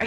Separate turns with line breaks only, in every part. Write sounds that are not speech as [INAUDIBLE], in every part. Are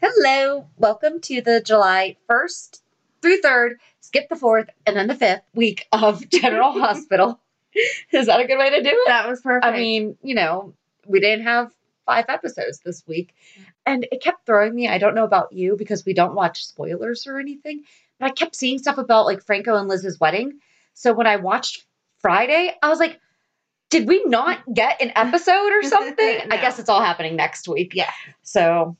Hello. Welcome to the July 1st through 3rd, skip the 4th, and then the 5th week of [LAUGHS] General Hospital. Is that a good way to do it?
That was perfect.
I mean, you know, we didn't have five episodes this week. And it kept throwing me. I don't know about you because we don't watch spoilers or anything, but I kept seeing stuff about like Franco and Liz's wedding. So when I watched Friday, I was like, did we not get an episode or something?
[LAUGHS] No.
I guess it's all happening next week.
Yeah.
So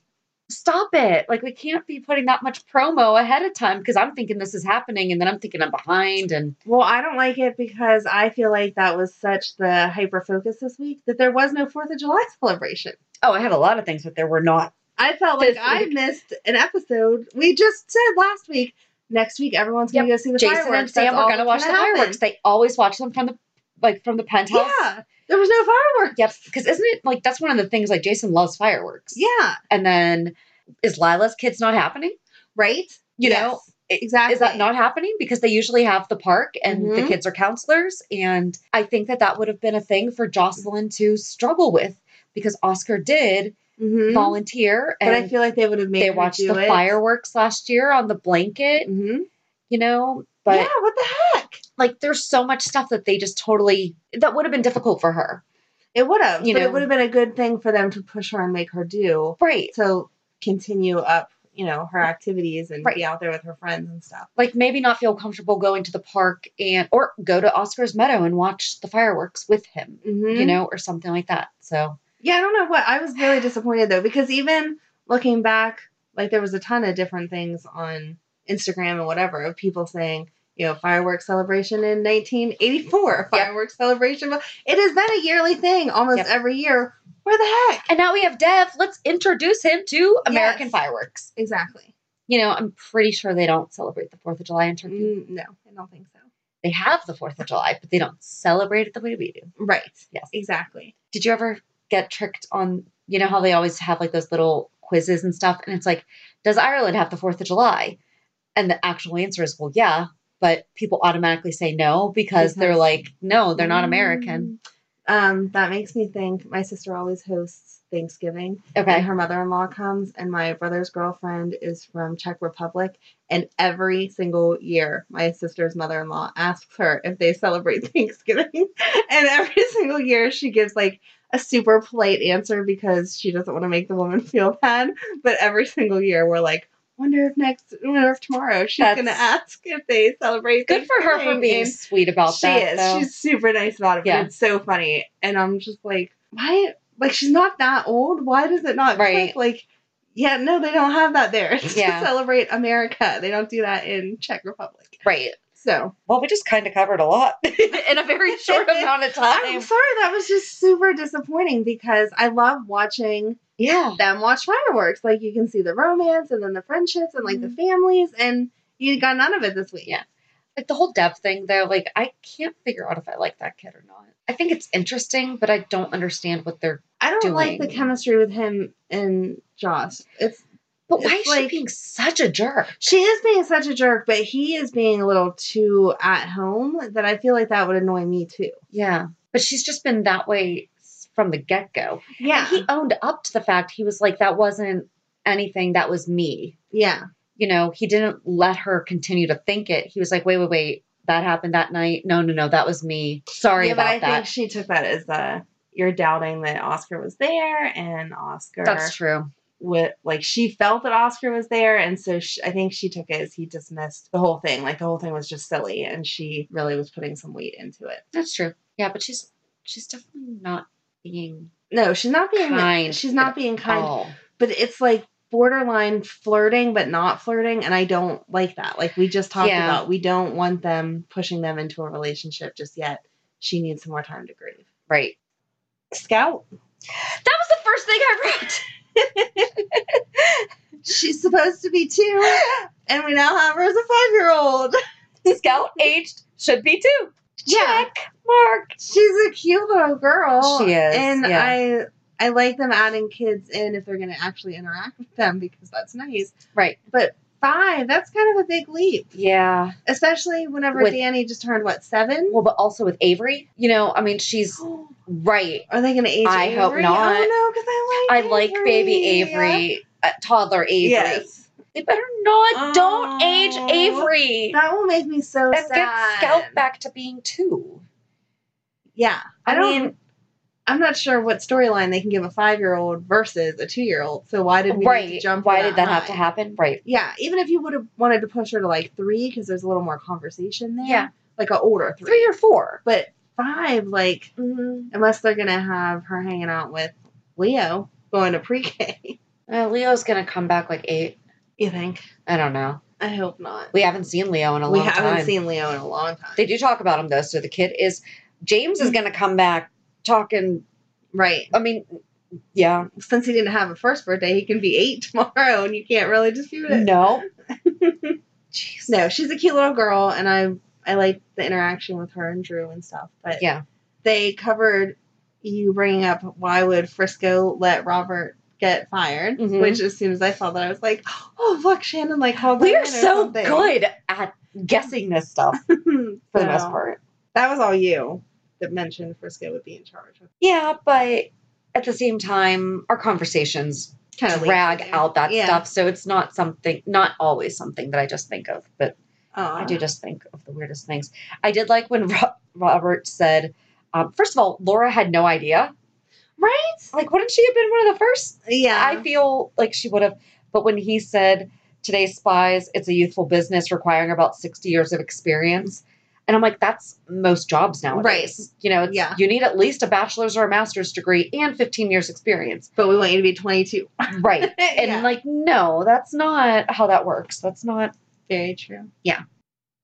stop it. Like we can't be putting that much promo ahead of time because I'm thinking this is happening and then I'm thinking I'm behind and
well, I don't like it because I feel like that was such the hyper focus this week that there was no 4th of July [LAUGHS] celebration.
oh, I have a lot of things that there were not.
I felt like
This
I
week.
missed an episode. We just said last week, next week everyone's going to go see the
Jason
fireworks.
and Sam
That's
were
all
going to
that's
watch the
gonna happen.
fireworks. They always watch them from the like from the penthouse.
Yeah. There was no fireworks.
Yep. Because isn't it like that's one of the things like Jason loves fireworks.
Yeah.
And then is Lila's kids not happening?
Right?
You
Yes.
know, i-
Exactly.
Is that not happening? Because they usually have the park and the
Mhm.
kids are counselors. And I think that that would have been a thing for Jocelyn to struggle with because Oscar did
Mhm.
volunteer
But
and
I feel like they would have made
they
her
watched
do
the
it.
fireworks last year on the blanket,
Mm-hmm.
you know? But
yeah, what the heck?
like there's so much stuff that they just totally that would have been difficult for her
It would have.
You
but
know.
it would have been a good thing for them to push her and make her do
right
to continue up, you know, her activities and
Right.
be out there with her friends and stuff.
like maybe not feel comfortable going to the park and or go to oscar's meadow and watch the fireworks with him
Mm-hmm.
you know or something like that so
Yeah, I don't know what. I was really disappointed though because even looking back, like there was a ton of different things on Instagram and whatever of people saying, you know, fireworks celebration in 1984,
Yep.
fireworks celebration. It has been a yearly thing almost
Yep.
every year. Where the heck?
and now we have dev let's introduce him to american
Yes.
fireworks
Exactly.
you know i'm pretty sure they don't celebrate the fourth of july in turkey
Mm, no, I don't think so.
they have the fourth of july but they don't celebrate it the way we do
Right.
Yes.
Exactly.
did you ever get tricked on you know how they always have like those little quizzes and stuff and it's like does ireland have the fourth of july and the actual answer is well yeah but people automatically say no because, they're
Because-
like no they're not american
Mm. Um, that makes me think my sister always hosts Thanksgiving
okay
and her mother-in-law comes and my brother's girlfriend is from Czech Republic and every single year my sister's mother-in-law asks her if they celebrate [LAUGHS] Thanksgiving and every single year she gives like a super polite answer because she doesn't want to make the woman [LAUGHS] feel bad but every single year we're like wonder if next wonder if tomorrow she's
That's-
going to ask if they celebrate
good for her for
Thanksgiving.
being
And-
sweet about
she
that
is.
though.
She's super nice about it.
Yeah.
But it's so funny. And I'm just like, why? Like, she's not that old. Why does it not
Right.
click? Like, Yeah, no, they don't have that there. [LAUGHS] It's
Yeah.
to celebrate America. They don't do that in Czech Republic.
Right.
So
Well, we just kind of covered [LAUGHS] a lot in a very
[LAUGHS]
short amount of
I'm
time.
sorry, that was just super disappointing because I love watching
Yeah.
them watch fireworks. Like you can see the romance and then the friendships and like the families, and you got none of it this week.
Mm-hmm. Yeah. Like the whole dev thing, though, like I can't figure out if I like that kid or not. I think it's interesting, but I don't understand what they're.
I don't like the
Doing.
chemistry with him and Joss. It's
But why
It's
is she
like-
being such a jerk?
she is being such a jerk, but he is being a little too at home that I feel like that would annoy me too.
Yeah. But she's just been that way s- from the get go.
Yeah.
And he owned up to the fact he was like, that wasn't anything, that was me.
yeah.
you know, he didn't let her continue to think it. He was like, wait, wait, wait, that happened that night. No, no, no, that was me. Sorry
yeah,
about
but I
that.
think she took that as the you're doubting that Oscar was there and Oscar
That's true.
with like she felt that Oscar was there, and so sh I think she took it as he dismissed the whole thing. Like the whole thing was just silly, and she really was putting some weight into it.
That's true. Yeah, but she's she's definitely not being
No, she's not being
Kind
She's not
at
being kind,
kind.
but it's like borderline flirting, but not flirting, and I don't like that. Like we just talked
Yeah.
about, we don't want them pushing them into a relationship just yet. She needs some more time to grieve.
Right.
Scout,
That was the first thing I wrote.
she's supposed to be two, [GASPS] and we now have her as a five-year-old.
[LAUGHS] Scout aged should be two.
Yeah.
Check mark.
She's a cute little girl.
She is,
and
yeah.
I I like them adding kids in if they're going to actually interact with them because that's nice.
Right.
But five, that's kind of a big leap,
Yeah.
especially whenever
With-
Danny just turned what seven.
Well, but also with Avery, you know, I
[GASPS]
mean, she's
Are
right.
they going to age?
I hope
Avery?
not.
Oh no, because I
I
like
like baby Avery, uh, toddler Avery.
Yes,
They better not. Don't age
Oh.
Avery.
that will make me so
and
sad.
get Scout back to being two.
Yeah, I,
I
don't.
mean-
I'm not sure what storyline they can give a five year old versus a two year old. So why did we need to
right.
jump?
Why
to
did that have
high?
to happen? Right.
Yeah, even if you would have wanted to push her to like three, because there's a little more conversation there.
Yeah.
Like an older three.
Three or four. Mm-hmm.
But five, like, unless they're going to have her hanging out with Leo going to pre K,
Uh, Leo's gonna come back like eight.
you think?
I don't know.
I hope not.
We haven't seen Leo in a
we
long time.
haven't seen Leo in a long time.
They do talk about him though. So the kid is James
Mm.
is gonna come back talking.
right.
I mean, yeah,
Since he didn't have a first birthday, he can be eight [LAUGHS] tomorrow, and you can't really dispute it.
no.
Jeez. No, she's a cute little girl, and I I like the interaction with her and Drew and stuff. But
Yeah.
they covered you bringing up why would Frisco let Robert get fired,
Mhm.
which as soon as I saw that, I was like, oh, fuck, Shannon, like, how
We are so good at guessing this stuff for the most part.
[LAUGHS] That was all you that mentioned Frisco would be in charge.
Yeah, but at the same time, our conversations
Kind of
drag out that
Yeah.
stuff. So it's not something, not always something that I just think of, but I
I
do just think of the weirdest things. I did like when Ro- Robert said, um, first of all, Laura had no idea.
Right?
Like, wouldn't she have been one of the first?
Yeah.
I feel like she would have. But when he said, today's spies, it's a youthful business requiring about 60 years of experience. And I'm like, that's most jobs nowadays. You know, it's,
Yeah.
you need at least a bachelor's or a master's degree and 15 years experience.
[LAUGHS] but we want you to be 22.
Right. And
Yeah.
like, no, that's not how that works. That's not
Very true.
Yeah.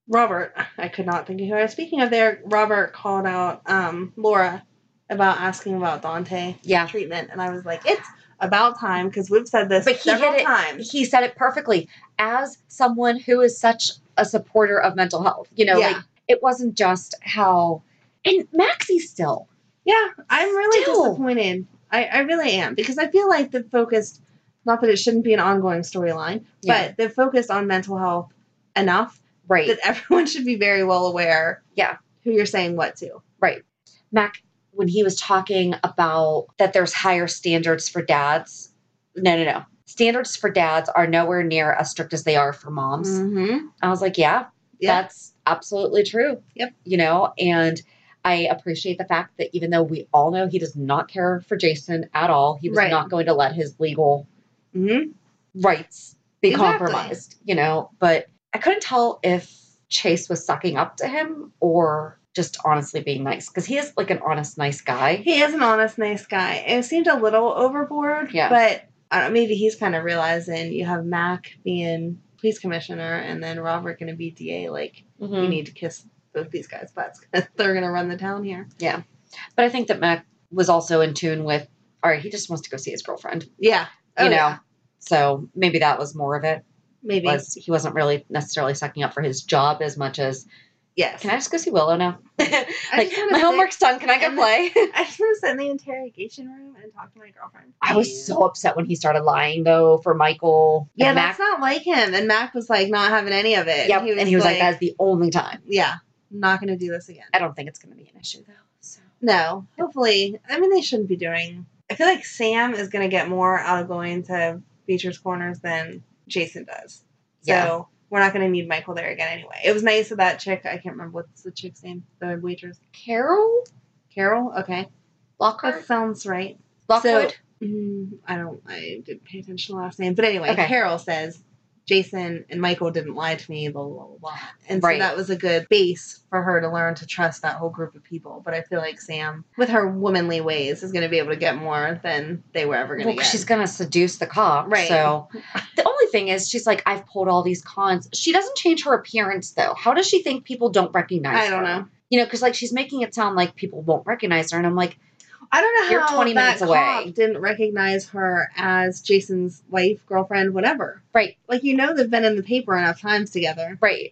Robert, I could not think of who I was speaking of there. Robert called out um, Laura about asking about Dante
yeah.
treatment, and I was like, it's about time because we've said this
But he
several
did it
times.
he said it perfectly. As someone who is such a supporter of mental health, you know,
Yeah.
like it wasn't just how and Maxie still.
Yeah, I'm really
Still.
disappointed. I, I really am because I feel like the focus, not that it shouldn't be an ongoing storyline,
Yeah.
but the focus on mental health enough
Right.
that [LAUGHS] everyone should be very well aware.
Yeah.
who you're saying what to?
right. Mac when he was talking about that there's higher standards for dads. No, no, no. Standards for dads are nowhere near as strict as they are for moms.
Mm-hmm.
I was like, yeah,
Yeah,
That's absolutely true.
Yep.
You know, and I appreciate the fact that even though we all know he does not care for Jason at all, he was
Right.
not going to let his legal
mm-hmm.
rights be
Exactly.
compromised, you know. But I couldn't tell if Chase was sucking up to him or just honestly being nice because he is like an honest, nice guy.
he is an honest, nice guy. It seemed a little overboard,
Yeah.
but I don't know, maybe he's kind of realizing you have Mac being police commissioner and then Robert going to be DA. Like, you
Mhm.
need to kiss both these guys' butts [LAUGHS] 'cause they're going to run the town here.
But I think that Mac was also in tune with, all right, he just wants to go see his girlfriend,
Yeah. Oh,
you know?
yeah.
So maybe that was more of it.
Maybe.
Was he wasn't really necessarily sucking up for his job as much as
yes.
can I just go see Willow now?
I
like
just wanna
my
sit-
homework's done. Can I go play?
[LAUGHS]
[LAUGHS]
I just want to sit in the interrogation room and talk to my girlfriend.
I was so upset when he started lying though for Michael.
Yeah,
and
that's not like him. And Mac was like not having any of it.
Yep. and he was like, "That's the only time."
yeah, not going to do this again.
I don't think it's going to be an issue though. So
No, hopefully. I mean, they shouldn't be doing. I feel like Sam is going to get more out of going to Beecher's Corners than Jason does. So
Yeah.
we're not going to need Michael there again anyway. It was nice of that chick. I can't remember what's the chick's name. The waitress,
Carol
Carol. Okay,
Lockhart
that sounds right.
Lockwood.
Mm, I don't. I didn't pay attention to the last name, but anyway,
Okay.
Carol says Jason and Michael didn't lie to me. Blah blah blah. blah. And
Right.
so that was a good base for her to learn to trust that whole group of people. But I feel like Sam, with her womanly ways, is going to be able to get more than they were ever going to
Well,
get.
she's gonna seduce the cop,
Right.
So [LAUGHS] the only thing is, she's like, I've pulled all these cons. She doesn't change her appearance though. How does she think people don't recognize?
I don't
her?
know.
You know, because like she's making it sound like people won't recognize her, and I'm like,
I don't know
You're
how
20
that
minutes away.
cop didn't recognize her as Jason's wife, girlfriend, whatever.
right,
Like you know, they've been in the paper enough times together.
right.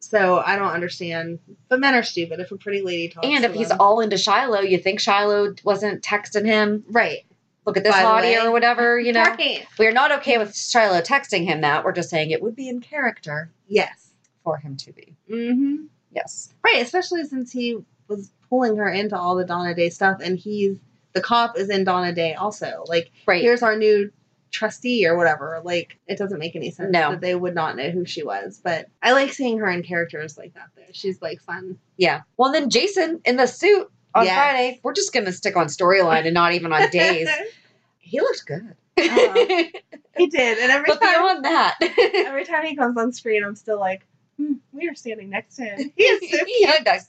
So I don't understand. But men are stupid. If a pretty lady talks,
and
to
if he's
them-
all into Shiloh, you think Shiloh wasn't texting him?
right,
Look at this
By the way.
hottie or
[LAUGHS]
whatever. You know,
right.
we're not okay with Shiloh texting him that. We're just saying it would be in character
Yes.
for him to be.
hmm
Yes.
Right, especially since he was pulling her into all the Donna Day stuff, and he's the cop is in Donna Day also. Like,
Right.
here's our new trustee or whatever. Like, it doesn't make any sense
No.
that they would not know who she was. But I like seeing her in characters like that. Though she's like fun.
Yeah. Well, then Jason in the suit on
Yes.
Friday. We're just gonna stick on storyline and not even
[LAUGHS]
on days. he looked good.
Uh-huh. he did, and every
but
time
beyond that, [LAUGHS]
every time he comes on screen, I'm still like, hmm, we are standing next to
[LAUGHS]
him. He is so cute.
Yeah, guys.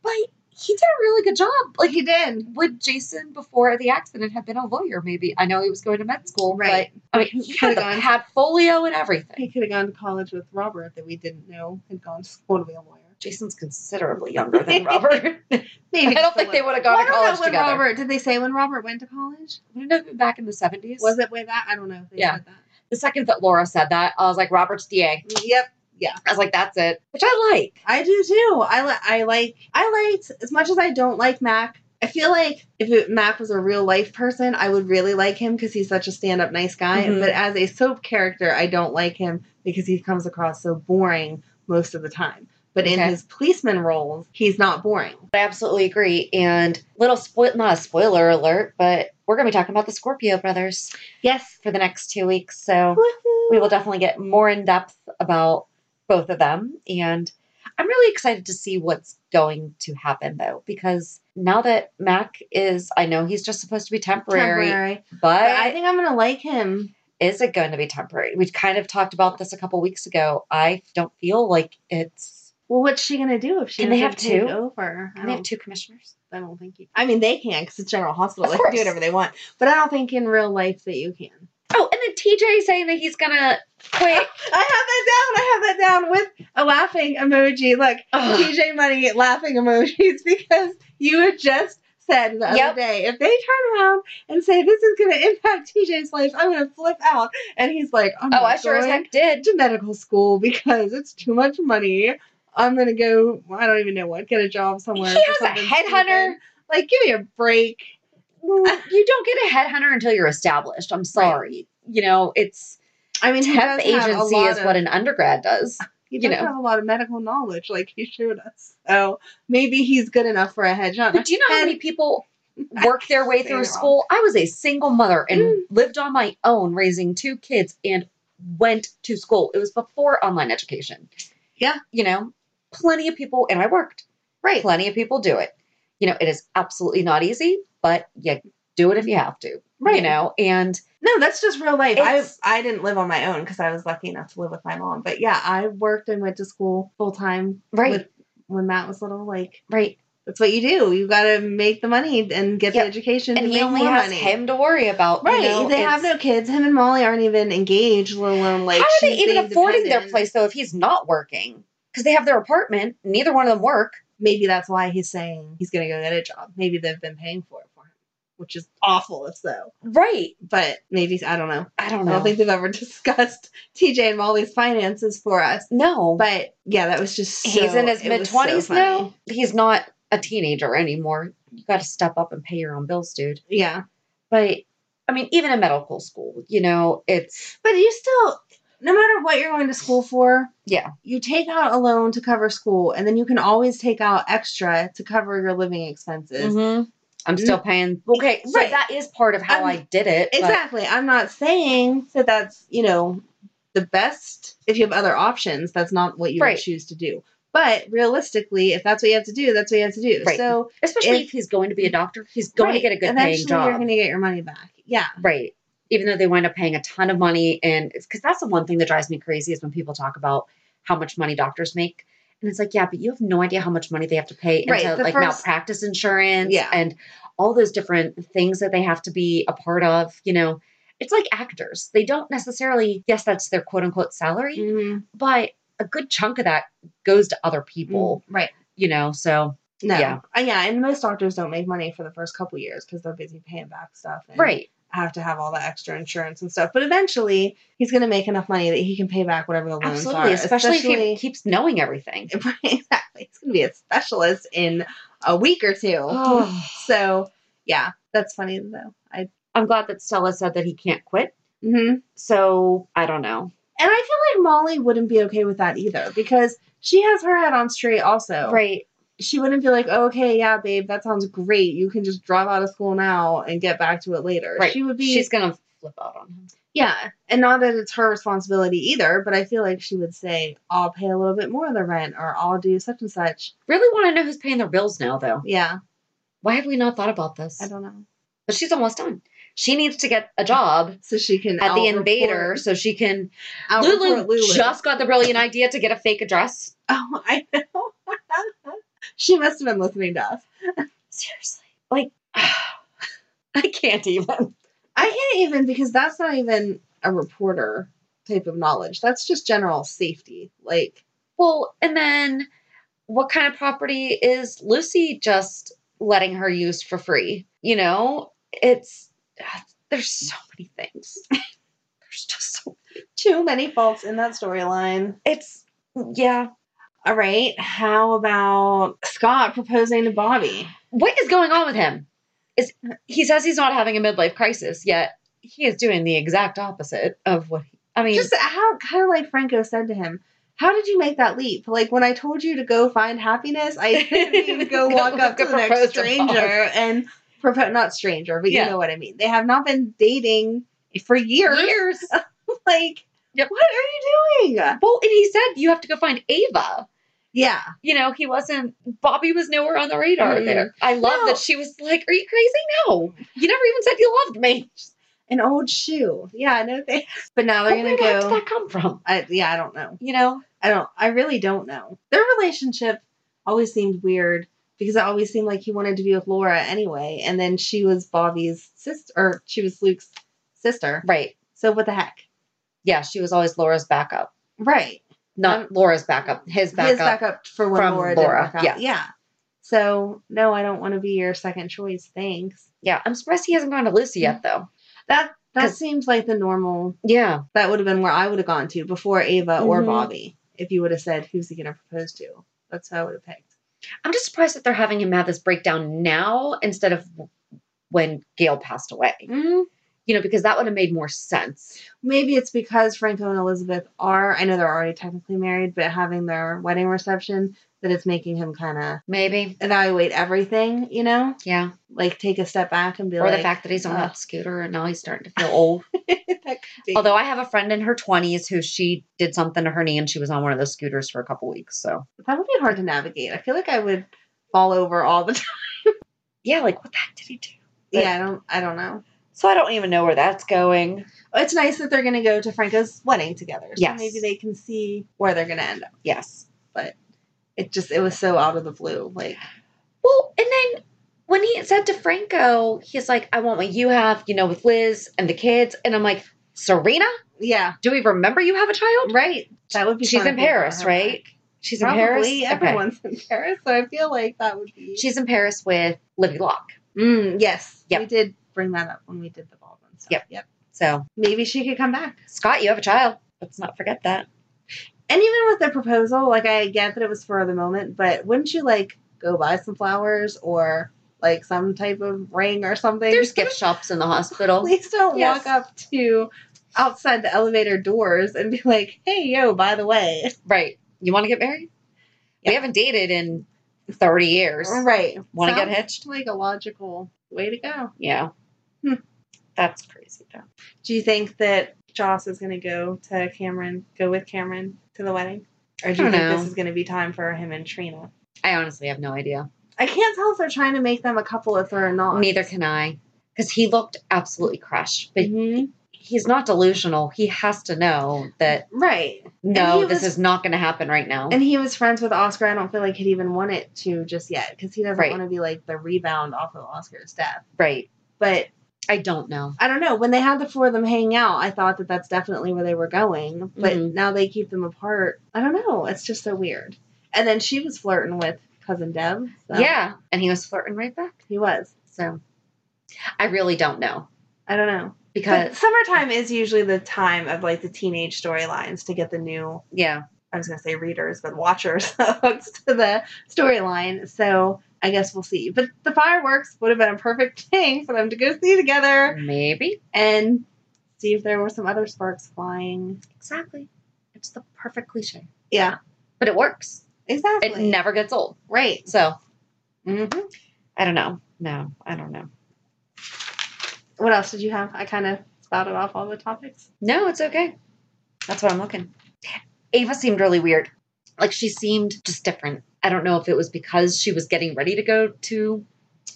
But he did a really good job. Like,
he did.
would Jason before the accident have been a lawyer? Maybe I know he was going to med school,
Right.
But, I mean, he had
Could've
the
gone.
had folio and
He
everything.
could have gone to college with Robert that we didn't know had gone to school to be a lawyer.
Jason's considerably younger
[LAUGHS]
than Robert. [LAUGHS] I
Maybe
don't think they would have gone
Well,
to
I don't
college
know when
together.
Robert did they say when Robert went to college?
Wouldn't it have been back in the seventies.
Was it way back? I don't know. If they
Yeah.
said that.
the second that Laura said that? I was like, Robert's DA.
Yep. Yeah,
I was like, that's it, which I like.
I do too. I li- I like I liked as much as I don't like Mac. I feel like if it, Mac was a real life person, I would really like him because he's such a stand up nice guy.
Mhm.
But as a soap character, I don't like him because he comes across so boring most of the time. But in
Okay.
his policeman roles, he's not boring.
I absolutely agree. And little spoil, not a spoiler alert, but we're going to be talking about the Scorpio brothers
Yes.
for the next two weeks. So
Woohoo.
we will definitely get more in depth about both of them. And I'm really excited to see what's going to happen though, because now that Mac is, I know he's just supposed to be temporary,
Temporary.
but,
But I think I'm gonna like him.
is it going to be temporary? We kind of talked about this a couple weeks ago. I don't feel like it's.
Well, what's she gonna do if she
Can they
doesn't
have two?
take over? I
Can they have
don't-
two commissioners?
I don't think you. I mean, they can because it's General Hospital.
Of
They can do
course.
whatever they want. But I don't think in real life that you can.
Oh, and then TJ saying that he's oh, going to quit.
I have that down. I have that down with a laughing emoji. Look,
Ugh.
TJ Money laughing emojis [LAUGHS] because you had just said the
Yep.
other day if they turn around and say this is going to impact TJ's life, I'm going to flip out. And he's like, I'm
Oh,
not
I sure as
going
heck did.
to medical school because it's too much money. I'm going to go. I don't even know what. Get a job
He
somewhere.
has
for
a
something
headhunter.
stupid. Like, give me a break.
Uh, You don't get a headhunter until you're established. I'm sorry. You know, it's
I mean, he
temp
does have a
agency
lot
is
of-
what an
[LAUGHS]
undergrad does.
He
you
does
know.
have a lot of medical knowledge, like he showed us. So maybe he's good enough for a headshot.
But do you know how
And-
many people work their
Say
way
it Mm. wrong.
through school? I was a single mother and lived on my own, raising two kids, and went to school. It was before online education.
Yeah.
You know, plenty of people, and I worked.
Right.
Plenty of people do it. You know, it is absolutely not easy, but you do it if you have to. You
Right.
know, and
No, that's just real life. I
It's-
I didn't live on my own because I was lucky enough to live with my mom. But yeah, I worked and went to school full time
right,
with- when Matt was little. Like
right.
That's what you do. You got to make the money and get
Yep.
the education
And
to
he
make
only
more
has
money.
him to worry about. you
right.
know,
they have
it's-
no kids. Him and Molly aren't even engaged, let alone like.
How are they
she's
even
being
affording their
dependent.
place though if he's not working? Because they have their apartment. Neither one of them work.
Maybe that's why he's saying he's going to go get a job. Maybe they've been paying for it for him, which is awful if so.
Right.
But maybe I don't know.
I don't
I
know.
don't think they've ever [LAUGHS] discussed TJ and Molly's finances for us.
no.
But yeah, that was just so,
he's in his
it
mid
was so
twenties
funny.
now. He's not a teenager anymore. You got to step up and pay your own bills, dude.
Yeah,
But I mean, even in medical school, you know, it's
but you still, no matter what you're going to school for,
yeah,
you take out a loan to cover school, and then you can always take out extra to cover your living expenses.
I'm still paying. Okay, so
Right.
that is part of how i
I'm-
did it. but-
Exactly. I'm not saying that that's you know the best. If you have other options, that's not what you would
Right.
choose to do. But realistically, if that's what you have to do, that's what you have to do.
Right.
So
especially if,
if-
he's going to be a doctor, he's going to
Right.
get a good
Eventually,
paying job.
You're going to get your money back. Yeah.
Right. Even though they wind up paying a ton of money. And it's because that's the one thing that drives me crazy is when people talk about how much money doctors make. And it's like, yeah, but you have no idea how much money they have to pay
Right,
into
the
like
first-
malpractice insurance
Yeah.
and all those different things that they have to be a part of. You know, it's like actors. They don't necessarily, yes, that's their quote unquote salary,
Mhm.
but a good chunk of that goes to other people,
Right.
you know? So,
Mm. No.
Yeah.
Yeah. yeah. And most doctors don't make money for the first couple years because they're busy paying back stuff. And
right.
Have to have all the extra insurance and stuff. But eventually, he's going to make enough money that he can pay back whatever the loans
Absolutely.
are.
Especially, if he keeps knowing everything.
[LAUGHS] Right, exactly. He's going to be a specialist in a week or two.
[SIGHS]
so, yeah, that's funny though. I.
I'm glad that Stella said that he can't quit.
hmm
So I don't know.
And I feel like Molly wouldn't be okay with that either because she has her head on straight also.
Right.
she wouldn't be like, oh, okay, yeah, babe, that sounds great. You can just drop out of school now and get back to it later.
Right.
She would be,
She's gonna flip out on him.
yeah. And not that it's her responsibility either, but I feel like she would say, I'll pay a little bit more of the rent or I'll do such and such.
Really want to know who's paying their bills now, though.
Yeah.
Why have we not thought about this?
I don't know.
But she's almost done. She needs to get a job
So she can
at the
out-report-
invader so she can.
out-report
Lulu, just got
[LAUGHS]
the brilliant idea to get a fake address.
Oh, I know. [LAUGHS] she must have been listening to us.
Seriously,
[SIGHS]
like I can't even.
I can't even because that's not even a reporter type of knowledge. That's just general safety. Like,
Well, and then what kind of property is Lucy just letting her use for free? You know, it's there's so many things. [LAUGHS] there's just so
too many faults in that storyline.
it's yeah.
All right. How about Scott proposing to Bobby?
What is going on with him? Is he says he's not having a midlife crisis yet? He is doing the exact opposite of what I mean.
Just how, kind of like Franco said to him, how did you make that leap? Like when I told you to go find happiness, I didn't even go
[LAUGHS] Go
walk up to
to
the next
propose to
stranger
Bob.
and propose. Not stranger, but
Yeah.
you know what I mean. They have not been dating for years.
years. [LAUGHS]
Like,
Yep.
what are you doing?
well, and he said you have to go find Ava.
Yeah.
You know, he wasn't. Bobby was nowhere on the radar
Mm-mm.
there. I love
No.
that she was like, "Are you crazy? No, you never even said you loved me."
An old shoe. Yeah. No thanks. [LAUGHS] But now they're
But "Oh where
going to
the heck did
go.
that come from?
I, yeah. I don't know.
You know,
I don't. I really don't know. Their relationship always seemed weird because it always seemed like he wanted to be with Laura anyway, and then she was Bobby's sister, or she was Luke's sister.
right?
So what the heck?
Yeah, she was always Laura's backup,
Right.
not
Um,
Laura's backup, his backup.
His backup for when
from
Laura,
Laura,
didn't work out.
yeah.
So no, I don't want to be your second choice. Thanks.
Yeah, I'm surprised he hasn't gone to Lucy yet, though.
That that
'Cause-
seems like the normal.
Yeah,
That would have been where I would have gone to before Ava or
Mhm.
Bobby. If you would have said, "Who's he going to propose to?" That's how I would have picked.
I'm just surprised that they're having him have this breakdown now instead of when Gail passed away.
Mm,
You know, because that would have made more sense.
maybe it's because Franco and Elizabeth are, I know they're already technically married, but having their wedding reception, that it's making him kind of
Maybe.
evaluate everything, you know?
Yeah.
Like take a step back and be
Or
like,
the fact that he's on
uh,
that scooter and now he's starting to feel old.
that could be-
[LAUGHS] Although I have a friend in her 20s who she did something to her knee and she was on one of those scooters for a couple weeks. So,
that would be hard to navigate. I feel like I would fall over all the [LAUGHS] time.
yeah, like what the heck did he do? But-
yeah, I don't, I don't know.
So I don't even know where that's going.
It's nice that they're going to go to Franco's wedding together. So
Yes.
maybe they can see where they're going to end up.
Yes.
It just, it was so out of the blue. Like,
Well, and then when he said to Franco, he's like, I want what you have, you know, with Liz and the kids. And I'm like, Serena,
Yeah,
do we remember you have a child?
right. That would be.
She's
fun
in
if we got
Paris,
her
right?
back.
She's
Probably
in Paris. Okay.
everyone's in Paris, so I feel like that would be.
She's in Paris with Livy Locke.
Mm, yes.
Yep.
We did bring that up when we did the Baldwin stuff.
Yep.
Yep.
So,
Maybe she could come back.
Scott, you have a child. Let's not forget that.
And even with the proposal, like I get that it was for the moment, but wouldn't you like go buy some flowers or like some type of ring or something?
There's gift shops in the
[LAUGHS]
hospital.
Please don't
Yes.
walk up to outside the elevator doors and be like, "Hey, yo, by the way."
Right. You want to get married?
Yeah.
We haven't dated in 30 years.
Right.
Want to get
Sounds
hitched?
Like a logical way to go.
Yeah.
Hmm.
That's crazy, though.
Do you think that Joss is going to go to Cameron, go with Cameron to the wedding? Or do you
I don't
think
know.
this is going to be time for him and Trina?
I honestly have no idea.
I can't tell if they're trying to make them a couple if they're not.
Neither can I. Because he looked absolutely crushed. But
Mhm.
he's not delusional. He has to know that,
Right.
no,
he
this
was-
is not going to happen right now.
And he was friends with Oscar. I don't feel like he'd even want it to just yet because he doesn't
Right.
want to be like the rebound off of Oscar's death.
right.
But
I don't know.
I don't know. When they had the four of them hang out, I thought that that's definitely where they were going. But
Mhm.
now they keep them apart. I don't know. It's just so weird. And then she was flirting with cousin Deb. so
Yeah. And he was flirting right back.
he was.
So I really don't know.
I don't know. But
Because,
summertime is usually the time of like the teenage storylines to get the new
yeah.
I was gonna say readers, but watchers [LAUGHS] hooked to the storyline. So I guess we'll see. But the fireworks would have been a perfect [LAUGHS] thing for them to go see together
Maybe.
and see if there were some other sparks flying.
Exactly. It's the perfect cliche.
Yeah,
But it works.
exactly.
It never gets old.
right.
So
hmm
Mm-hmm. I don't know. No, I don't know.
What else did you have? I kind of spouted off all the topics.
No, it's okay. That's what I'm looking. Ava seemed really weird. Like she seemed just different. I don't know if it was because she was getting ready to go to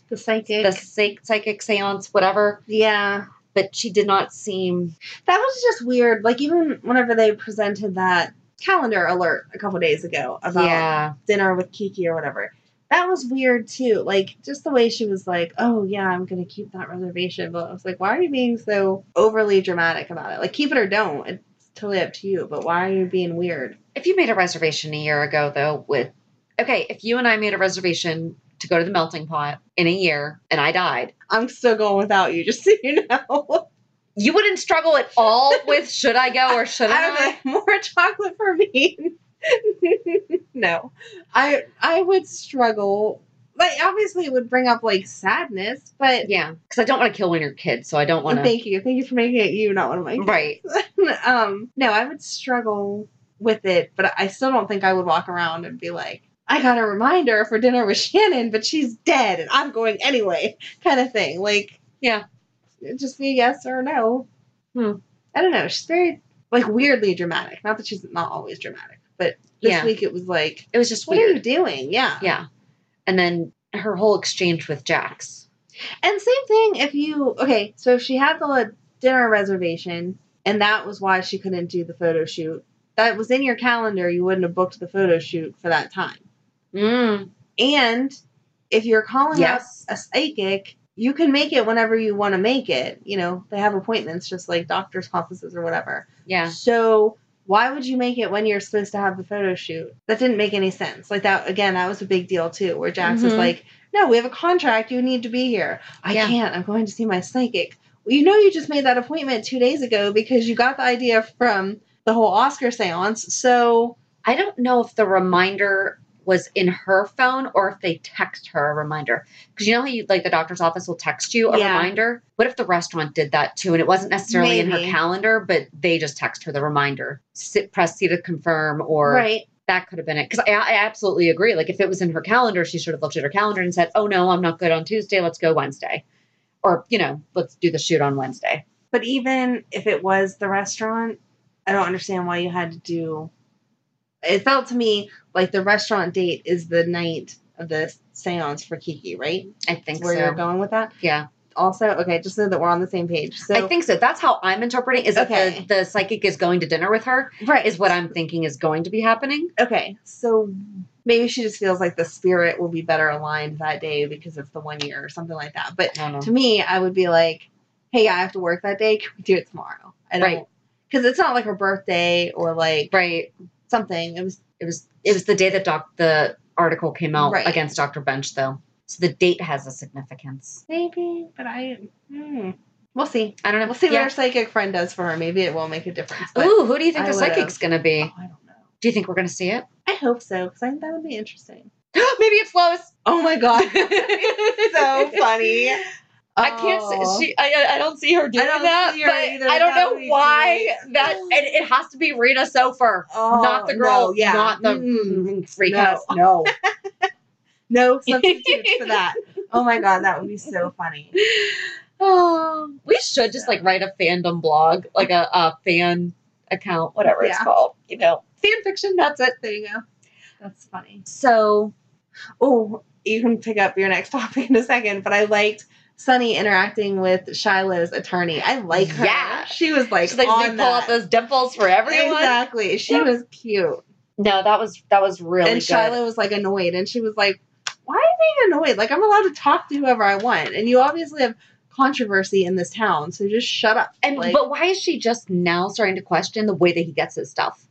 The psychic.
the psych- psychic seance, whatever,
yeah,
but she did not seem
that was just weird. Like even whenever they presented that calendar alert a couple days ago about
yeah,
dinner with Kiki or whatever. That was weird too. Like just the way she was like, "Oh yeah, I'm gonna keep that reservation," but I was like, "Why are you being so overly dramatic about it? Like keep it or don't. It's totally up to you. But why are you being weird?"
If you made a reservation a year ago, though, with okay, if you and I made a reservation to go to the melting pot in a year and I died,
I'm still going without you, [LAUGHS] just so you know.
you wouldn't struggle at all with should I go or should
I would
I?
like more [LAUGHS] chocolate for me. [LAUGHS] no, I I would struggle. Like obviously, it would bring up like sadness, but
Yeah, because I don't want to kill one of your kids, so I don't want to.
thank you, thank you for making it you, not one of my
Right.
[LAUGHS] um no i would struggle with it but i still don't think i would walk around and be like i got a reminder for dinner with shannon but she's dead and i'm going anyway [LAUGHS] kind of thing like
Yeah.
it'd just be a yes or a no
Hmm.
i don't know she's very like weirdly dramatic not that she's not always dramatic but this
Yeah.
week it was like
It was just
what are you
weird.
doing yeah
Yeah. And then her whole exchange with Jax.
And same thing if you okay, so if she had the le- dinner reservation and that was why she couldn't do the photo shoot, that was in your calendar, you wouldn't have booked the photo shoot for that time.
Mm.
And if you're calling
Yes.
up a psychic, you can make it whenever you want to make it. You know, they have appointments just like doctor's offices or whatever.
Yeah.
So why would you make it when you're supposed to have the photo shoot? That didn't make any sense. Like that again, that was a big deal too, where Jax was
Mhm.
like, "No, we have a contract. You need to be here. I
Yeah.
can't. I'm going to see my psychic." Well, you know, you just made that appointment two days ago because you got the idea from the whole Oscar seance. So
I don't know if the reminder was in her phone or if they text her a reminder. Because you know how you like the doctor's office will text you a
Yeah.
reminder? What if the restaurant did that too? And it wasn't necessarily in
Maybe.
her calendar, but they just text her the reminder. Sit press C to confirm or
right,
that could have been it. Because I, I absolutely agree. Like if it was in her calendar, she should have looked at her calendar and said, "Oh no, I'm not good on Tuesday. Let's go Wednesday," or you know, let's do the shoot on Wednesday.
but even if it was the restaurant, I don't understand why you had to do. It felt to me like the restaurant date is the night of the seance for Kiki, right?
I think
Where
so.
you're going with that.
Yeah,
also? Okay, just so that we're on the same page. So
I think so. That's how I'm interpreting. Is
Okay.
that the, the psychic is going to dinner with her?
right
Is what I'm thinking is going to be happening.
okay. So maybe she just feels like the spirit will be better aligned that day because it's the one year or something like that. But
I don't
to
know.
me, I would be like, "Hey, I have to work that day. Can we do it tomorrow?" I don't,
Right.
Because it's not like her birthday or like
Right.
something. It was
It was. It was the day that doc the article came out
Right.
against Dr. Bench, though. So the date has a significance.
maybe, but I. Hmm. We'll see.
I don't know.
We'll see what
Yeah.
our psychic friend does for her. Maybe it will make a difference. But
Ooh, who do you think
I
the
would've-
psychic's going to
oh,
be?
I don't know.
Do you think we're going to see it? [GASPS]
I hope so because I think that would be interesting.
Maybe it's Lois.
Oh my
[LAUGHS]
god, [LAUGHS] so [LAUGHS]
so
funny.
I can't.
Oh.
Say, she. I. I- I don't see her doing
don't
that.
see her
but
either. That
I don't
would
know
be
why
great.
that. And it has to be Rita Sofer,
Oh,
not the girl.
no, yeah.
Not the
Mm-mm.
freak
No.
out. [LAUGHS] No.
No substitutes for that. [LAUGHS] Oh my god, that would be so funny.
[LAUGHS] Um, we should just like write a fandom blog, like a, a fan account, whatever it's
Yeah.
called. You know, fan fiction. That's it.
There you go. That's funny.
So
Oh, you can pick up your next [LAUGHS] topic in a second, but I liked Sunny interacting with Shiloh's attorney. I like her.
Yeah.
She was like,
she's like,
on
we pull
that.
out those dimples for everyone.
Exactly. She
Yeah.
was cute.
No, that was that was really
and
good.
Shiloh was like annoyed, and she was like, "Why are you being annoyed? Like I'm allowed to talk to whoever I want, and you obviously have controversy in this town, so just shut up."
and
like,
but why is she just now starting to question the way that he gets his stuff?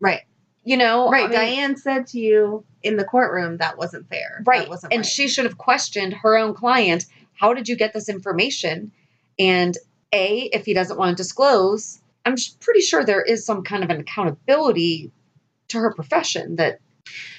right,
You know,
right.
I mean,
Diane said to you in the courtroom that wasn't fair.
right
that wasn't
and
right.
she should have questioned her own client how did you get this information and a if he doesn't want to disclose i'm sh- pretty sure there is some kind of an accountability to her profession that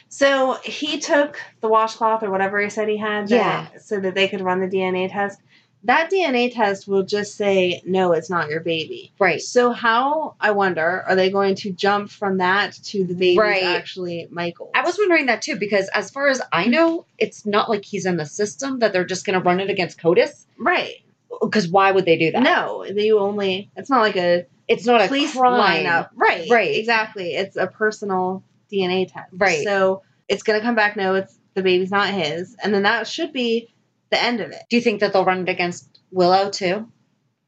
So he took the washcloth or whatever he said he had, that- so that they could run the DNA test. That DNA test will just say, "No, it's not your baby."
right
So how I wonder are they going to jump from that to the baby
Right.
actually Michael?
i was wondering that too because as far as i know it's not like he's in the system that they're just going to run it against codis
right.
because why would they do that
No, you only. It's not like a
it's not a
police
crime
lineup, right?
Right.
exactly. It's a personal DNA test,
Right.
So it's gonna come back. No, it's the baby's not his, and then that should be the end of it.
do you think that they'll run it against willow too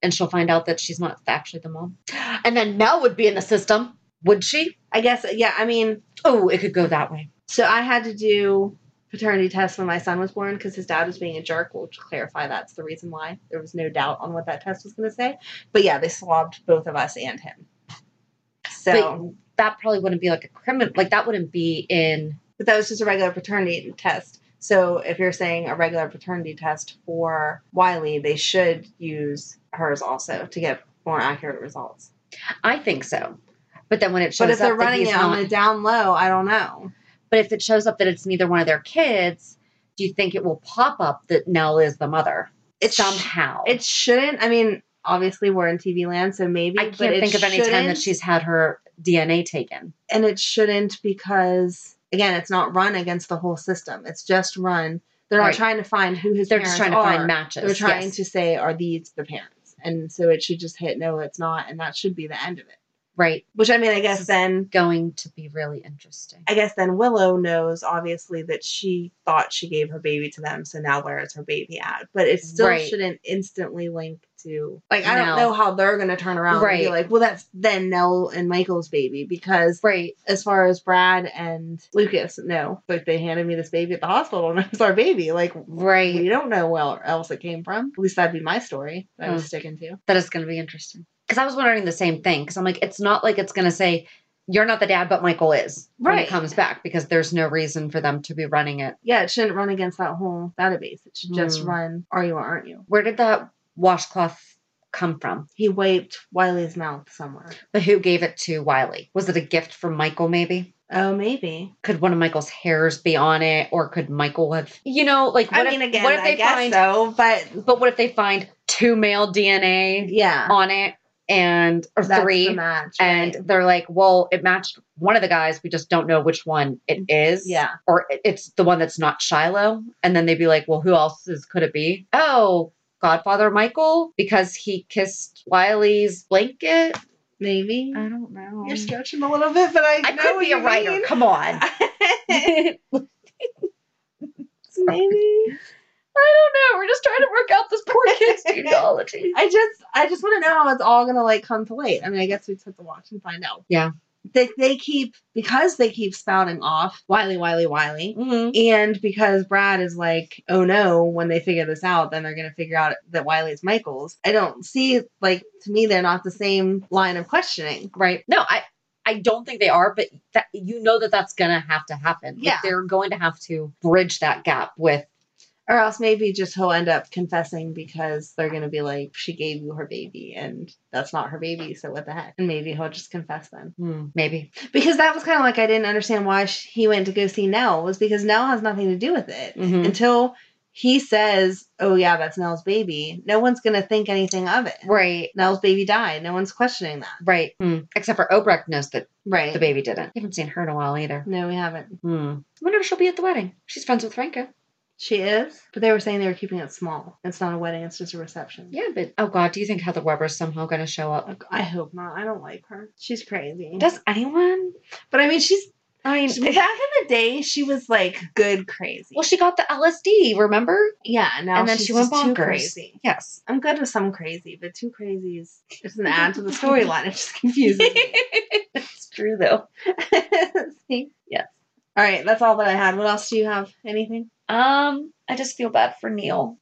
and she'll find out that she's not actually the mom and then mel would be in the system would she
I guess. Yeah, I mean,
Oh, it could go that way.
so I had to do paternity tests when my son was born because his dad was being a jerk. We'll clarify that's the reason why. There was no doubt on what that test was gonna say. But yeah, they swabbed both of us and him. So.
But that probably wouldn't be like a criminal. Like that wouldn't be in.
But that was just a regular paternity test. So if you're saying a regular paternity test for Wiley, they should use hers also to get more accurate results.
I think so. But then when it shows
But if
up
they're
that
running
he's
it
not,
on the down low, I don't know.
but if it shows up that it's neither one of their kids, do you think it will pop up that Nell is the mother?
It sh-
somehow.
It shouldn't. I mean, obviously we're in TV land, so maybe.
I
but
can't
it
think of any time that
shouldn't,
she's had her DNA taken.
and it shouldn't because again, it's not run against the whole system. It's just run. They're not
Right.
trying to find who his.
They're just trying
parents
to
are.
find matches.
They're trying
Yes.
to say, are these the parents? And so it should just hit no, it's not, and that should be the end of it.
right.
Which I mean, I guess then,
Going to be really interesting.
I guess then Willow knows obviously that she thought she gave her baby to them, so now where is her baby at? But it still
Right.
shouldn't instantly link to like I don't
No.
know how they're gonna turn around and be
Right.
like, well, that's then Nell and Michael's baby because
Right.
as far as Brad and Lucas, no, like they handed me this baby at the hospital and [LAUGHS] it was our baby. Like we
Right.
don't know where else it came from. At least that'd be my story that I was
Mm.
sticking to.
That is going to be interesting. Because I was wondering the same thing. Because I'm like, it's not like it's going to say, you're not the dad, but Michael is. When he
Right.
comes back because there's no reason for them to be running it.
Yeah, it shouldn't run against that whole database. It should just
Hmm.
run are you or aren't you.
Where did that washcloth come from?
He wiped Wiley's mouth somewhere.
But who gave it to Wiley? Was it a gift from Michael, maybe?
Oh, maybe.
Could one of Michael's hairs be on it? Or could Michael have, you know, like, what,
I mean,
if,
again,
what if they
I guess
find,
so, but
but what if they find two male DNA
yeah,
on it and, or
that's the
three?
match,
And
right.
they're like, well, it matched one of the guys. We just don't know which one it is.
Mm-hmm. Yeah.
Or it- it's the one that's not Shiloh. And then they'd be like, well, who else is, could it be? Oh, Godfather Michael, because he kissed Wiley's blanket.
[LAUGHS] maybe
I don't know.
you're stretching a little bit, but Um, I,
I
know
could
what
be a
you
writer.
mean. [LAUGHS]
Come on.
maybe.
I don't know. We're just trying to work out this poor
[LAUGHS]
kid's genealogy.
I just I just want to know how it's all gonna like come to light. I mean, I guess we just have to watch and find out.
Yeah.
They they keep because they keep spouting off Wiley Wiley Wiley.
Mm-hmm.
And because Brad is like, oh no, when they figure this out, then they're gonna figure out that Wiley is Michael's. I don't see like to me they're not the same line of questioning.
Right. No, I I don't think they are, but that you know that that's gonna have to happen. Like,
Yeah.
they're going to have to bridge that gap with
Or else maybe just he'll end up confessing because they're gonna be like, she gave you her baby and that's not her baby, so what the heck? And maybe he'll just confess then.
maybe.
Because that was kind of like I didn't understand why sh he went to go see Nell was because Nell has nothing to do with it until he says, "Oh yeah, that's Nell's baby." No one's gonna think anything of it.
Right.
Nell's baby died. No one's questioning that,
Right. Mm. Except for Obrecht knows that
right?
the baby didn't. We haven't seen her in a while either.
no, we haven't.
Mm. I wonder if she'll be at the wedding. She's friends with Franco.
She is, but they were saying they were keeping it small. It's not a wedding; it's just a reception.
Yeah, but oh god, do you think Heather Weber's somehow going to show up?
I hope not. I don't like her. She's crazy.
Does anyone?
but I mean, she's
I mean,
she- back in the day, she was like good crazy.
[LAUGHS] well, she got the LSD, remember?
yeah, now
and then
she's
she went
just too
bonkers.
crazy.
Yes.
I'm good with some crazy, but two crazies is an add to the storyline. [LAUGHS] It just confuses
[LAUGHS]
me.
it's true though. [LAUGHS]
See?
Yes.
All right, that's all that I had. What else do you have? Anything?
Um, I just feel bad for Neil.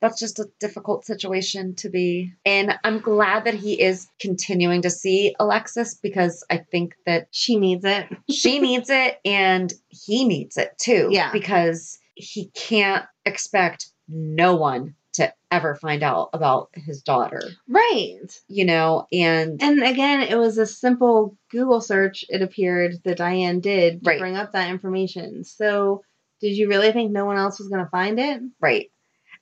That's just a difficult situation to be in. I'm glad that he is continuing to see Alexis because I think that
She needs it.
she needs it and he needs it too.
Yeah.
Because he can't expect no one to ever find out about his daughter,
Right.
you know? And
And again, it was a simple Google search, it appeared, that Diane did to
Right.
bring up that information. So, did you really think no one else was going to find it?
right.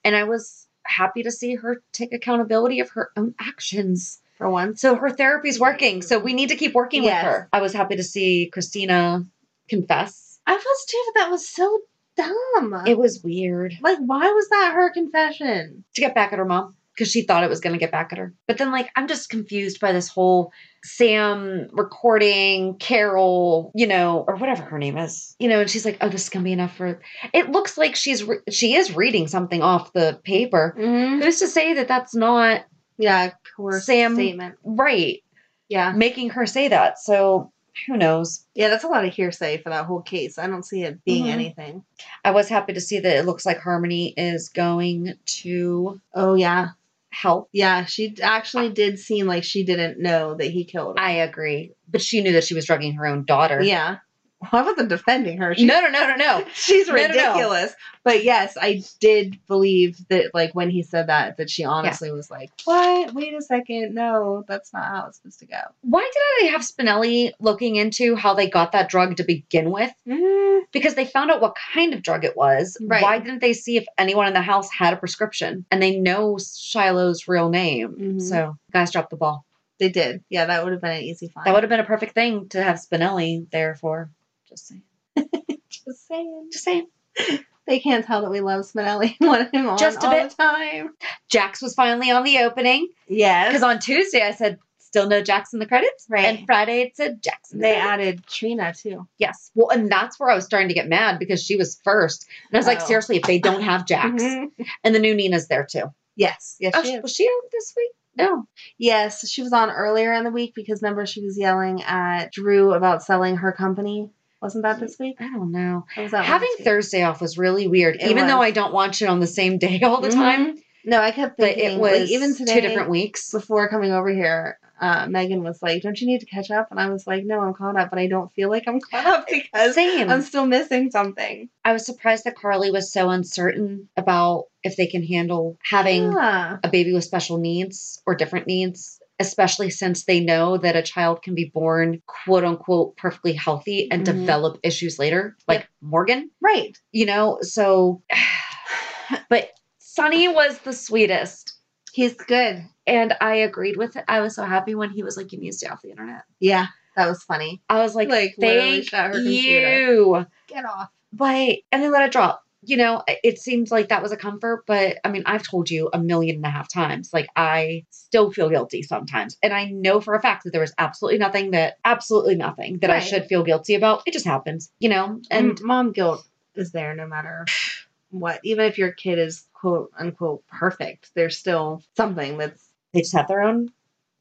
And I was happy to see her take accountability of her own actions.
For once?
So her therapy's working. So we need to keep working
Yes.
with her. I was happy to see Christina confess.
I was too, but that was so dumb.
It was weird
like, why was that her confession?
to get back at her mom because she thought it was going to get back at her. But then, like, I'm just confused by this whole Sam recording Carol, you know, or whatever her name is, you know. And she's like, "Oh, this is going to be enough for." It looks like she's re- she is reading something off the paper.
Mm-hmm.
Who's to say that that's not
Yeah, coerced
Sam-
statement.
right?
Yeah.
Making her say that, so who knows?
Yeah, that's a lot of hearsay for that whole case. I don't see it being
Mhm.
anything.
I was happy to see that it looks like Harmony is going to
Oh, yeah.
help.
Yeah, she d- actually did seem like she didn't know that he killed her.
I agree, but she knew that she was drugging her own daughter.
Yeah. Well, I wasn't defending her. She,
No, no, no, no, no.
[LAUGHS] she's
no, no, no.
ridiculous. But yes, I did believe that, like, when he said that, that she honestly was like, what? Wait a second. No, that's not how it's supposed to go.
Why did I have Spinelli looking into how they got that drug to begin with? Because they found out what kind of drug it was.
Right.
Why didn't they see if anyone in the house had a prescription? And they know Shiloh's real name.
Mhm.
So, guys, dropped the ball.
They did. Yeah, that would have been an easy find.
That would have been a perfect thing to have Spinelli there for. Just saying.
Just saying.
Just saying.
They can't tell that we love Spinelli [LAUGHS] and want him on
Just a
all
bit.
the time.
Jax was finally on the opening.
Yes.
Because on Tuesday I said still no Jackson the credits,
Right.
And Friday it said Jackson.
They
asked,
added Trina, too.
yes. Well, and that's where I was starting to get mad because she was first, and I was like,
Oh.
seriously, if they don't have Jax,
Mhm.
and the new Nina's there too.
Yes. Yes,
Oh,
she is.
was she on this week? No.
Yes, she was on earlier in the week because remember she was yelling at Drew about selling her company. Wasn't that this week?
I don't know.
Or was that
Having
last week?
Thursday off was really weird,
It
even though
was.
I don't watch it on the same day all the
Mhm.
time.
No, I kept
But
thinking
it was
like, even today
two different weeks.
before coming over here, uh, Megan was like, "Don't you need to catch up?" And I was like, "No, I'm caught up, but I don't feel like I'm caught up [LAUGHS] because
Same.
I'm still missing something."
I was surprised that Carly was so uncertain about if they can handle having
Yeah.
a baby with special needs or different needs, especially since they know that a child can be born, quote unquote, perfectly healthy and
Mhm.
develop issues later, like Morgan,
Right.
you know? So, [SIGHS] but Sonny was the sweetest.
He's good.
And I agreed with it. I was so happy when he was like, you need to stay off the internet.
Yeah, that was funny.
I was like,
Like, literally
thank
shut her computer.
you.
Get off.
But, and they let it drop. You know, it seems like that was a comfort, but I mean, I've told you a million and a half times, like, I still feel guilty sometimes. And I know for a fact that there was absolutely nothing that, absolutely nothing that I
Right.
Mm. should feel guilty about. It just happens, you know? And
And mom guilt is there no matter what even if your kid is quote unquote perfect, there's still something that's
They just have their own.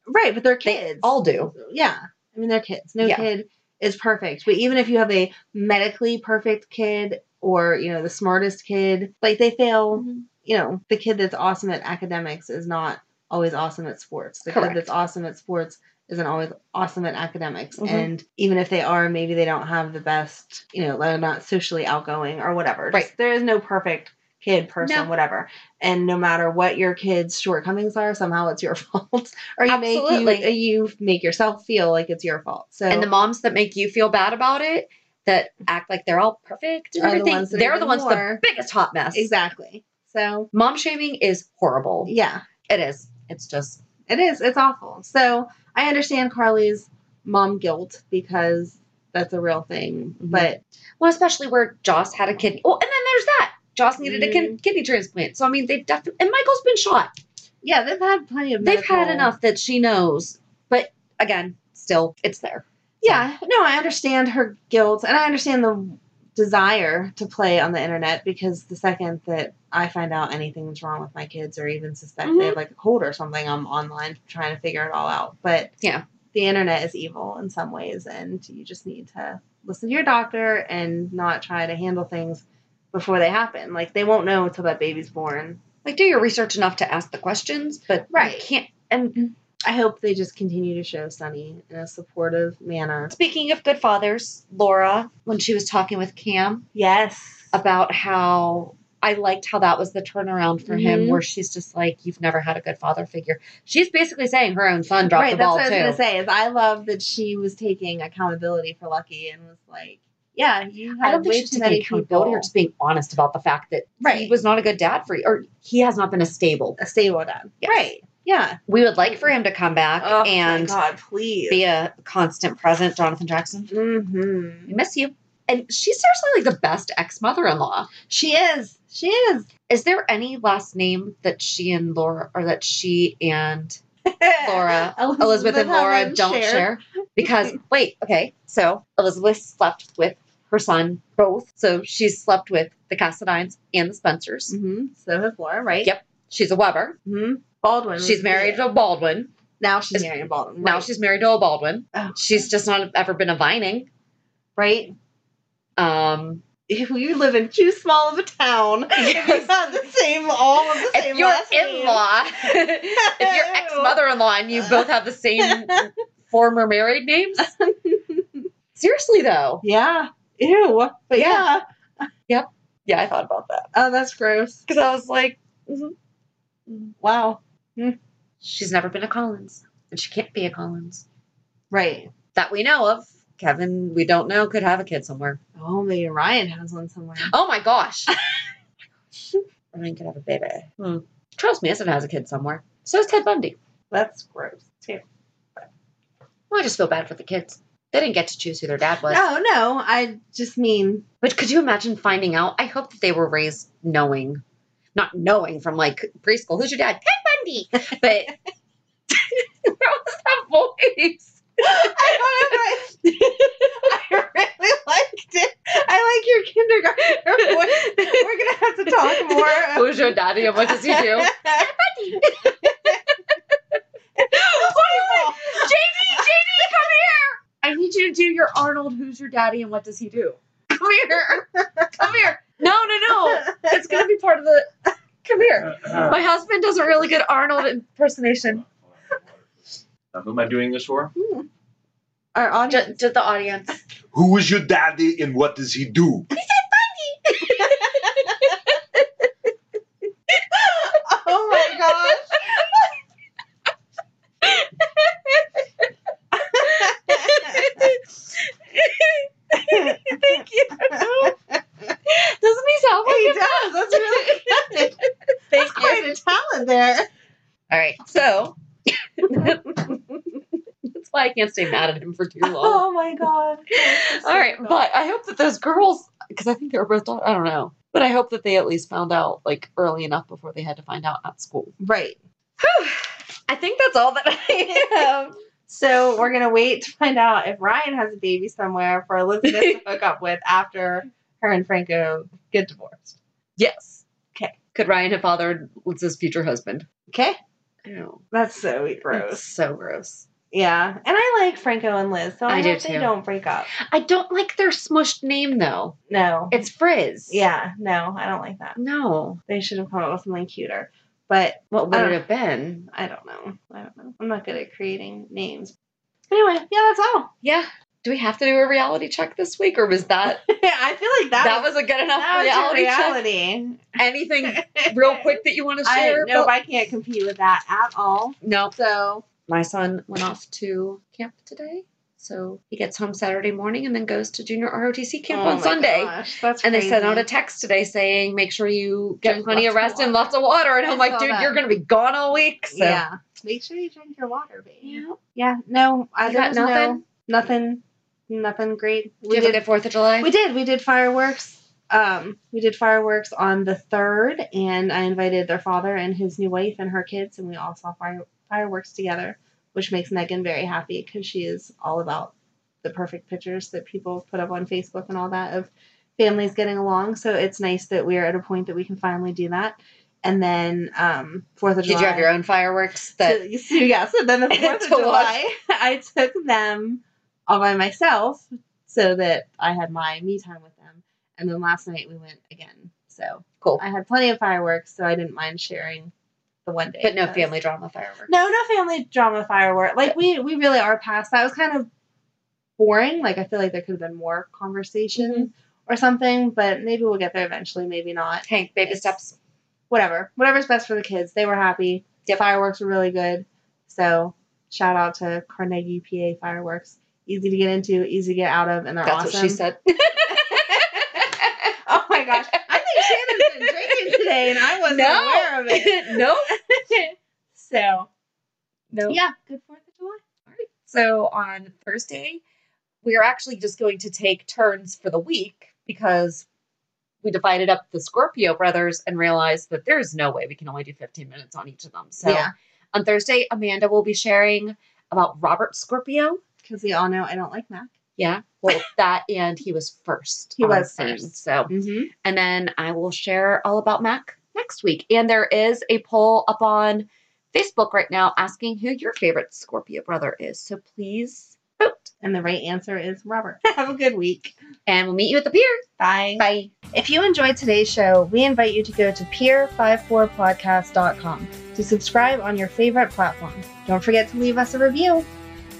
right, but they're
They
kids.
all do.
yeah. I mean they're kids. No
Yeah.
kid is perfect. But even if you have a medically perfect kid or, you know, the smartest kid, like they fail
Mm-hmm.
you know, the kid that's awesome at academics is not always awesome at sports. The
Correct.
kid that's awesome at sports isn't always awesome at academics.
Mhm.
And even if they are, maybe they don't have the best, you know, they're not socially outgoing or whatever. Just-
Right.
there is no perfect kid, person,
No.
whatever. And no matter what your kid's shortcomings are, somehow it's your [LAUGHS] fault. or you make, you,
Absolutely.
you make yourself feel like it's your fault. So
And the moms that make you feel bad about it, that act like they're all perfect and
Are the
everything,
ones that are
they're the
even
ones with
more-
the biggest hot mess.
exactly. So
Mom shaming is horrible.
yeah.
It is. It's just
It is. It's awful. So I understand Carly's mom guilt because that's a real thing.
Mhm.
But
Well, especially where Joss had a kidney. Oh, and then there's that. Joss needed a kin-
Mm.
kidney transplant. So, I mean, they've definitely, and Michael's been shot.
yeah, they've had plenty of.
They've had
medical-
enough that she knows. But again, still, it's there.
Yeah. No, I understand her guilt, and I understand the desire to play on the internet because the second that I find out anything's wrong with my kids or even suspect they have like a cold or something, I'm online trying to figure it all out. But
Yeah.
the internet is evil in some ways, and you just need to listen to your doctor and not try to handle things before they happen. Like they won't know until that baby's born.
Like, do your research enough to ask the questions, but
Right.
you can't. And
I hope they just continue to show Sunny in a supportive manner.
speaking of good fathers, Laura, when she was talking with Cam
Yes.
about how I liked how that was the turnaround for him,
Mhm.
where she's just like, "You've never had a good father figure." She's basically saying her own son dropped
right,
the ball
that's what
too.
I was gonna say. Is I love that she was taking accountability for Lucky and was like, "Yeah, you had
I don't think
way
she's
too
taking
many
accountability
people."
or just being honest about the fact that he
Right.
was not a good dad for you, or he has not been a stable.
a stable dad,
Yes.
right? Yeah,
We would like for him to come back
oh,
and
my God, please.
be a constant present, Jonathan Jackson.
hmm [LAUGHS]
We miss you. And she's seriously like the best ex mother in law.
She is. She is.
Is there any last name that she and Laura, or that she
[LAUGHS]
and Laura, Elizabeth and Laura
Helen
don't
shared.
share?
[LAUGHS]
Because, wait, okay, so Elizabeth slept with her son, both. So she's slept with the Cassadines and the Spencers.
Mhm. So has Laura, right?
Yep. She's a Weber.
hmm Baldwin.
She's
was-
married to a Baldwin.
now. She's
is-
married to Baldwin.
Now
right.
she's married to a Baldwin.
Oh.
She's just not ever been a vining.
right.
Um,
if you live in too small of a town, [LAUGHS] if you have the same all of the
if
same
your
last name-
in law, [LAUGHS] if your ex mother in law and you both have
[LAUGHS]
the same former married names. Seriously, though.
yeah, ew, but yeah.
Yeah, I thought about that
oh, that's gross.
because I was like,
mm-hmm. Wow,
she's never been a Collins and she can't be a Collins
right?
that we know of. Kevin, we don't know, could have a kid somewhere.
Oh, maybe Ryan has one somewhere.
Oh my
[LAUGHS]
gosh. Ryan could have a baby. Hmm. Charles Manson has a kid somewhere. So does Ted Bundy.
That's gross. Too.
Well, I just feel bad for the kids. They didn't get to choose who their dad was.
No, no, I just [LAUGHS] mean
But could you imagine finding out? I hope that they were raised knowing, not knowing from like preschool. Who's your
[LAUGHS]
dad? Ted Bundy. But [LAUGHS] where was that voice?
I don't know. I [LAUGHS] really liked it. I like your kindergarten [LAUGHS] voice. We're gonna have to talk [LAUGHS] more.
Who's your daddy and what does
[LAUGHS]
he do? JD, JD, come here. I need you to do your Arnold, who's your daddy, and what does he do? Come here. Come here. No, no, no. It's going to be part of the. Come here. My husband does a really good Arnold impersonation. [LAUGHS]
Now, Uh, who am I doing this for?
Our audience.
Did the audience.
[LAUGHS] Who is your daddy and what does he
[LAUGHS]
do?
Oh my gosh. [LAUGHS]
Thank you. Doesn't he sound like
He
it?
does. That's really good.
Thank
Quite a talent there.
All right. So [LAUGHS] that's why I can't stay mad at him for too long.
Oh my god.
[LAUGHS] All right, but I hope that those girls, because I think they were both. daughters, I don't know, but I hope that they at least found out like early enough before they had to find out at school.
Right.
[SIGHS] I think that's all that I [LAUGHS] have.
So we're gonna wait to find out if Ryan has a [LAUGHS] baby somewhere for Elizabeth to hook up with after her and Franco get divorced.
Yes.
'Kay.
Could Ryan have fathered Liz's future husband?
Okay.
Ew.
That's so
That's
gross.
so gross.
Yeah. And I like Franco and Liz, so I,
I do
hope they
too.
don't break up.
I don't like their smushed name though.
No.
It's Frizz.
yeah, no, I don't like that.
No.
They should have come up with something cuter. But
What would
I
it
don't-
have been?
I don't know. I don't know. I'm not good at creating names. [LAUGHS] Anyway, yeah, that's all.
Yeah. Do we have to do a reality check this week, or was [LAUGHS] that
yeah, I feel like
that,
that, was,
was a good enough
that was
reality,
your
check?
reality.
Anything real
[LAUGHS]
quick that you want to
I
share?
no,
But-
I can't compete with that at all.
no.
So
My son went off to camp today, so he gets home Saturday morning and then goes to junior ROTC camp
Oh
on
my
Sunday.
gosh, that's
And they sent out
crazy.
a text today saying, "Make sure you get
Drink
plenty
lots
of
of
rest and
water.
lots of water." And
I
I'm like,
saw
"Dude,
that.
you're gonna be gone all week." So
Yeah. Make sure you drink your water, babe. Yeah.
You
no, I
got
there's no-
nothing.
nothing. Nothing great.
Do you have a good Fourth of July?
We did. We did fireworks. Um, we did fireworks on the third, and I invited their father and his new wife and her kids, and we all saw fire- fireworks together, which makes Megan very happy because she is all about the perfect pictures that people put up on Facebook and all that of families getting along. So it's nice that we are at a point that we can finally do that. And then um, Fourth of
Did
July.
you have your own fireworks? That
So, so yeah, so then the
[LAUGHS]
Fourth of
To watch.
July, I took them all by myself so that I had my me time with them. And then last night we went again. So
cool,
I had plenty of fireworks, so I didn't mind sharing the one day.
but no
because-
family drama fireworks.
No, no family drama firework. Like we we really are past that. It was kind of boring. Like I feel like there could have been more conversation or something, but maybe we'll get there eventually, maybe not
Hank, Mm-hmm. baby
It's-
steps.
whatever, whatever's best for the kids. They were happy. The Fireworks were really good. So shout out to Carnegie PA Fireworks. Easy to get into, easy to get out of, and they're
That's
awesome.
what she [LAUGHS] said.
Oh my gosh, I think Shannon's been drinking today, and I wasn't
No.
aware of it.
[LAUGHS] nope.
So
No.
yeah, good Fourth of July.
So on Thursday, we are actually just going to take turns for the week because we divided up the Scorpio brothers and realized that there's no way we can only do 15 minutes on each of them. So
Yeah.
on Thursday, Amanda will be sharing about Robert Scorpio.
Because we all know I don't like Mac.
Yeah. [LAUGHS] Well, that and he was first.
He
on
was
scene.
first.
So
Mm-hmm.
and then I will share all about Mac next week. And there is a poll up on Facebook right now asking who your favorite Scorpio brother is. So please vote.
And the right answer is Robert. [LAUGHS] Have a good week.
And we'll meet you at the pier.
Bye.
Bye.
If you enjoyed today's show, we invite you to go to peer54podcast.com to subscribe on your favorite platform. Don't forget to leave us a review.